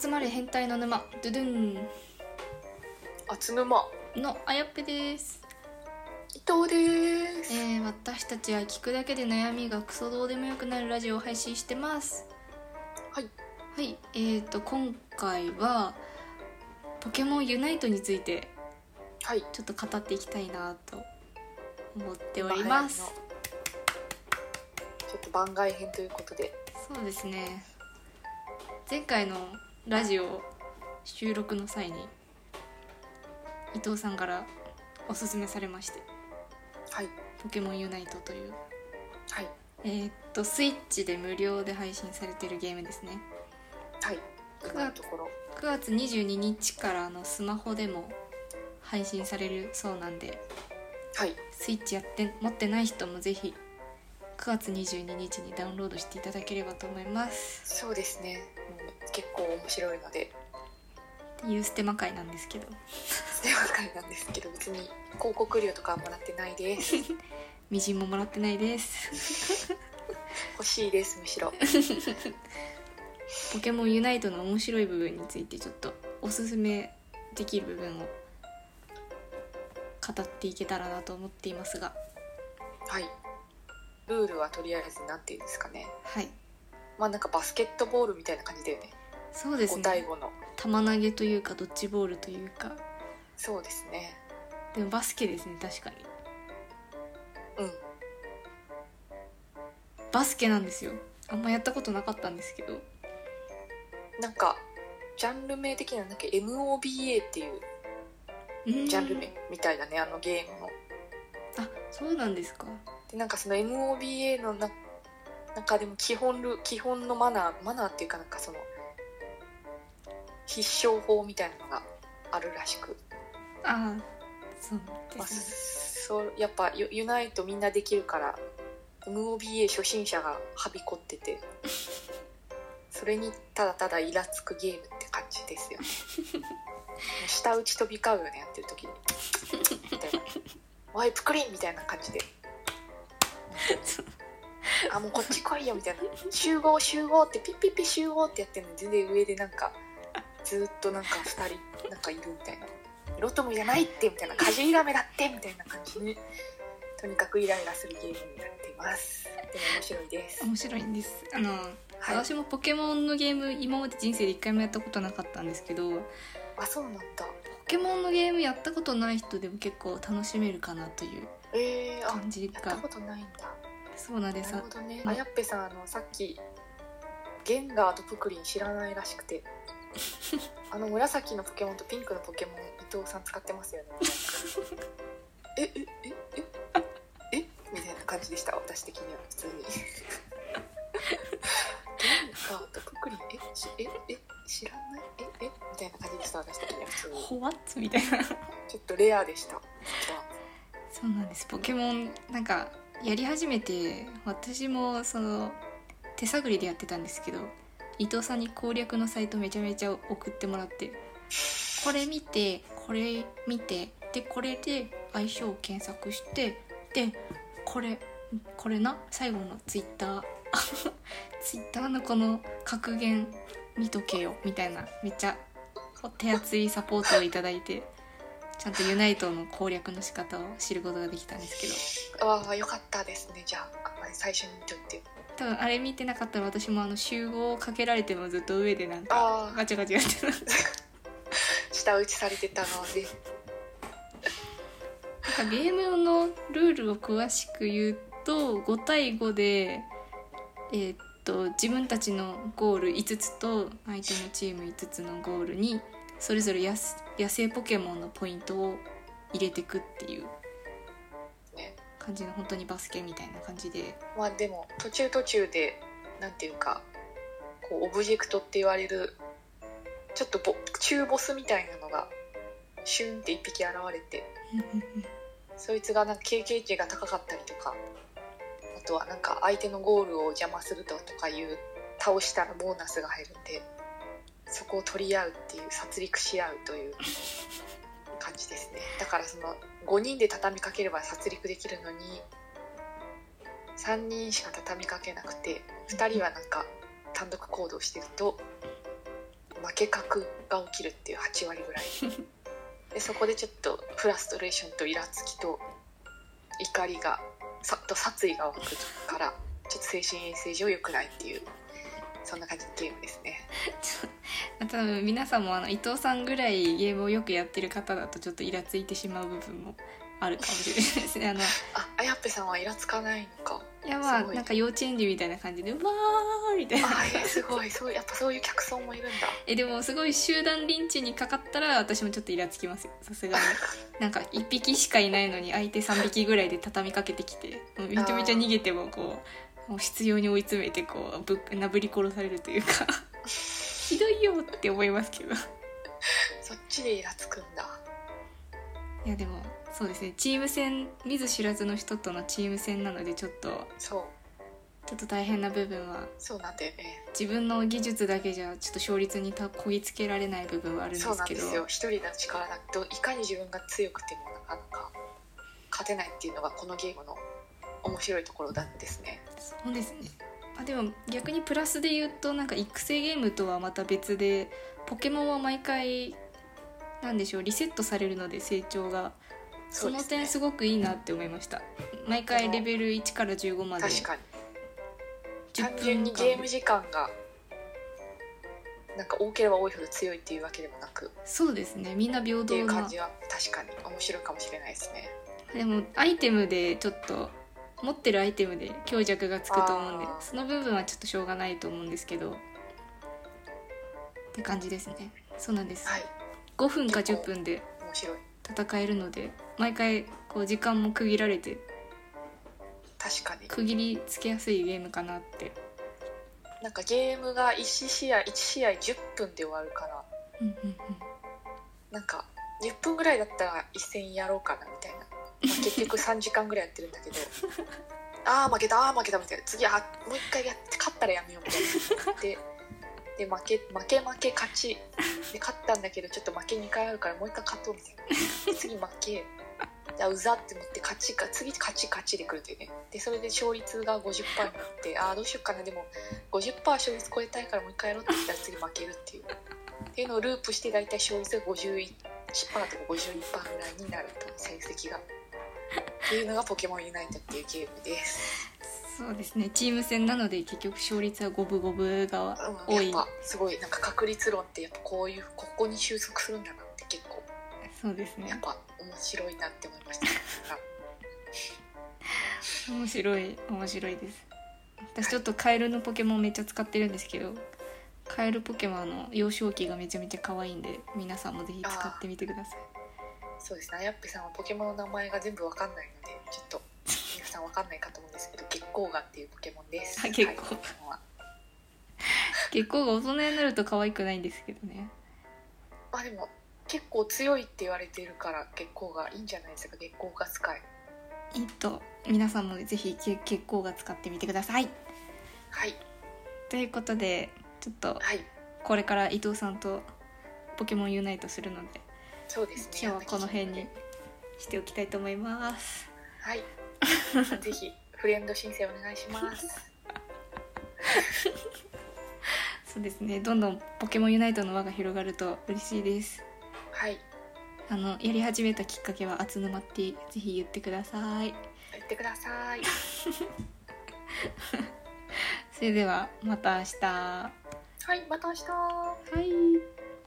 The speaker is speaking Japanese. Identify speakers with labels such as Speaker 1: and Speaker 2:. Speaker 1: 集まれ変態の沼ドゥドゥ
Speaker 2: あつぬま
Speaker 1: ンのあやっぺです、
Speaker 2: 伊藤です、
Speaker 1: えー、私たちは聞くだけで悩みがクソどうでもよくなるラジオを配信してます
Speaker 2: はい
Speaker 1: はいえー、と今回はポケモンユナイトについて
Speaker 2: はい
Speaker 1: ちょっと語っていきたいなと思っております
Speaker 2: 今流行りのちょっと番外編ということで
Speaker 1: そうですね前回のラジオ収録の際に伊藤さんからおすすめされまして
Speaker 2: はい
Speaker 1: 「ポケモンユナイト」という
Speaker 2: はい
Speaker 1: えーっとスイッチで無料で配信されてるゲームですね
Speaker 2: はい今のところ
Speaker 1: 9月22日からあのスマホでも配信されるそうなんで
Speaker 2: はい
Speaker 1: スイッチやって持ってない人もぜひ9月22日にダウンロードしていただければと思います
Speaker 2: そうですね、うん、結構面白いので
Speaker 1: っていうステマ会なんですけど
Speaker 2: では回なんですけど別に広告料とかはもらってないです
Speaker 1: みじんももらってないです
Speaker 2: 欲しいですむしろ
Speaker 1: ポケモンユナイトの面白い部分についてちょっとおすすめできる部分を語っていけたらなと思っていますが
Speaker 2: はいルールはとりあえずなんていうんですかね
Speaker 1: はい
Speaker 2: まあなんかバスケットボールみたいな感じだよね
Speaker 1: そうです
Speaker 2: 5
Speaker 1: ね
Speaker 2: 対5の
Speaker 1: 玉投げというかドッジボールというか
Speaker 2: そうですね
Speaker 1: でもバスケですね確かに
Speaker 2: うん
Speaker 1: バスケなんですよあんまやったことなかったんですけど
Speaker 2: なんかジャンル名的にはなんか MOBA っていうジャンル名みたいだねあのゲームの。
Speaker 1: あそうなんですか
Speaker 2: でなんかその MOBA のな中でも基本ル基本のマナーマナーっていうかなんかその必勝法みたいなのがあるらしく、
Speaker 1: ああそう
Speaker 2: ま
Speaker 1: で
Speaker 2: あ、
Speaker 1: すね
Speaker 2: そうやっぱユユナイトみんなできるから MOBA 初心者がはびこっててそれにただただイラつくゲームって感じですよね舌打ち飛び交うよねやってる時にみたいなワイプクリーンみたいな感じであもうこっち来いよみたいな集合集合ってピッピッピ集合ってやってるのに全然上でなんかずーっとなんか2人なんかいるみたいなロトムじゃないってみたいなカジュイラメだってみたいな感じにとにかくイライラするゲームになっていますでも面白いです
Speaker 1: 面白いんですあの、
Speaker 2: はい
Speaker 1: 私もポケモンのゲーム今まで人生で一回もやったことなかったんですけどポ
Speaker 2: あそうなんだ
Speaker 1: ケモンのゲームやったことない人でも結構楽しめるかなという
Speaker 2: えー、あ
Speaker 1: 感じ
Speaker 2: やった
Speaker 1: が
Speaker 2: ことないんだ
Speaker 1: そうなんです
Speaker 2: なる
Speaker 1: あ
Speaker 2: ほどね
Speaker 1: うん
Speaker 2: あやっぺさんあのさっきゲンガーとプクリン知らないらしく てあの紫のポケモンとピンクのポケモン伊藤さん使ってますよ ねえええええみたいな感じでした私的には普通 にゲンガーとプクリンえしええ知らないええみたいな感じでした私的には普通に
Speaker 1: ホワッツみたいな
Speaker 2: ちょっとレアでした実は
Speaker 1: そうなんですポケモンなんかやり始めて私もその手探りでやってたんですけど伊藤さんに攻略のサイトめちゃめちゃ送ってもらってこれ見てこれ見てでこれで相性を検索してでこれこれな最後のツイッター ツイッターのこの格言見とけよみたいなめっちゃお手厚いサポートをいただいてちゃんとユナイトの攻略の仕方を知ることができたんですけど
Speaker 2: ああよかったですねじゃああんまり最初に言っといて
Speaker 1: 多分あれ見てなかったら私もあの集合をかけられてもずっと上でなんか
Speaker 2: ああ
Speaker 1: ガチャガチャやってた
Speaker 2: 舌打ちされてたので
Speaker 1: なんかゲームのルールを詳しく言うと5対5で、えーっと自分たちのゴール5つと相手のチーム5つのゴールにそれぞれやす野生ポケモンのポイントを入れてくっていう
Speaker 2: ね
Speaker 1: 感じの本当にバスケみたいな感じで
Speaker 2: まあでも途中途中でなんていうかこうオブジェクトって言われるちょっとボ中ボスみたいなのがシュンって一匹現れてそいつがなんか経験値が高かったりとかあとはなんか相手のゴールを邪魔するととかいう倒したらボーナスが入るんでそこを取り合うっていう殺戮し合うという感じですねだからその5人で畳みかければ殺戮できるのに3人しか畳みかけなくて2人はなんか単独行動してると負け格が起きるっていう8割ぐらいでそこでちょっとフラストレーションとイラつきと怒りがさと殺意が湧くからちょっと精神衛生上良くないっていうそんな感じのゲームですね
Speaker 1: 多分皆さんもあの伊藤さんぐらいゲームをよくやってる方だとちょっとイラついてしまう部分もあるかもしれないですねあの
Speaker 2: ああやっぺさんはイラつかないのか
Speaker 1: いやますあ
Speaker 2: ごい
Speaker 1: なんか幼稚園児みたいな感じで「わー」みた いな
Speaker 2: あえーすごいそうやっぱそういう客層もいるんだ
Speaker 1: えでもすごい集団リンチにかかったら私もちょっとイラつきますよさすがになんか1匹しかいないのに相手3匹ぐらいで畳みかけてきてもうめちゃめちゃ逃げてもこうもう必要に追い詰めてこうぶっなぶり殺されるというか ひどいよって思いますけど
Speaker 2: そっちでイラつくんだ
Speaker 1: いやでもそうですねチーム戦見ず知らずの人とのチーム戦なのでちょっと
Speaker 2: そう
Speaker 1: ちょっと大変な部分は
Speaker 2: そうなんだよね
Speaker 1: 自分の技術だけじゃちょっと勝率にたこぎつけられない部分はあるんです
Speaker 2: そうなん
Speaker 1: け
Speaker 2: で
Speaker 1: ど
Speaker 2: すよ一人の力だといかに自分が強くてもなかなか勝てないっていうのがこのゲームの面白いところなんですね
Speaker 1: そうですねあでも逆にプラスで言うとなんか育成ゲームとはまた別でポケモンは毎回なんでしょうリセットされるので成長がその点す
Speaker 2: ご
Speaker 1: ごくいいなって思いました、毎回レベル1から15まで
Speaker 2: 確かに
Speaker 1: 10
Speaker 2: 単純
Speaker 1: 分
Speaker 2: に
Speaker 1: 間
Speaker 2: ゲーム時間がなんか多ければ多いほど強いっていうわけでもなく
Speaker 1: そうですねみんな平
Speaker 2: ってい
Speaker 1: 等
Speaker 2: う感
Speaker 1: な
Speaker 2: じは確かに面白いかもしれないですね
Speaker 1: でもアイテムでちょっと持ってるアイテムで強弱がつくと思うんで
Speaker 2: あー
Speaker 1: その部分はちょっとしょうがないと思うんですけどって感じですねそうなんです、
Speaker 2: はい
Speaker 1: 5分か10分で
Speaker 2: 面白い
Speaker 1: 戦えるので毎回こう時間も区切られて
Speaker 2: 確かに
Speaker 1: 区切りつけやすいゲームかなって、
Speaker 2: なんかゲームが1試合1試合10分で終わるから
Speaker 1: うんうんうん、
Speaker 2: なんか10分ぐらいだったら一戦やろうかなみたいな、まあ結局3時間ぐらいやってるんだけど ああ負けたああ負けたみたいな次あもう一回やって勝ったらやめようみたいなでで負け負け負け勝ちで勝ったんだけどちょっと負け2回あるからもう一回勝とうみたいなで次負けじゃあうざって思って勝ちか次勝ち勝ちでくるんだよねでそれで勝率が50%になってああどうしようかなでも50%勝率超えたいからもう一回やろうって言ったら次負けるっていうっていうのをループして大体勝率が51%とか52%ぐらいになると成績が。っていうのが「ポケモンユナイト」っていうゲームです。
Speaker 1: そうですねチーム戦なので結局勝率は五分五分が
Speaker 2: う
Speaker 1: 多
Speaker 2: ん、やっ
Speaker 1: い
Speaker 2: ぱすごいなんか確率論ってやっぱこういうここに収束するんだなって結構
Speaker 1: そうです
Speaker 2: やっ
Speaker 1: ね
Speaker 2: ぱ面白いなって思いま した。
Speaker 1: 面白い面白いです私ちょっとカエルのポケモンめっちゃ使ってるんですけどカエルポケモンの幼少期がめちゃめちゃ可愛いんで皆さんもぜひ使ってみてください
Speaker 2: そうですね。やっぺさんはポケモンの名前が全部わかんないのでちょっと皆さんわかんないかと思うんですけど月光がっていうポケモンです。
Speaker 1: あ月光
Speaker 2: はいポケモンは
Speaker 1: 結構大人になると可愛くないんですけどね
Speaker 2: まあでも結構強いって言われてるから月光がいいんじゃないですか月光が使い
Speaker 1: えっと皆さんもぜひけ結構が使ってみてください
Speaker 2: はい
Speaker 1: ということでちょっと
Speaker 2: はい
Speaker 1: これから伊藤さんとポケモンユナイトするので
Speaker 2: そうですね
Speaker 1: 今日はこの辺にしておきたいと思います
Speaker 2: はい ぜひフレンド申請お願いします
Speaker 1: そうですねどんどんポケモンユナイトの輪が広がると嬉しいです
Speaker 2: はい
Speaker 1: あのやり始めたきっかけは厚沼ってぜひ言ってください
Speaker 2: 言ってください
Speaker 1: それではまた明日は
Speaker 2: はいまた明日
Speaker 1: い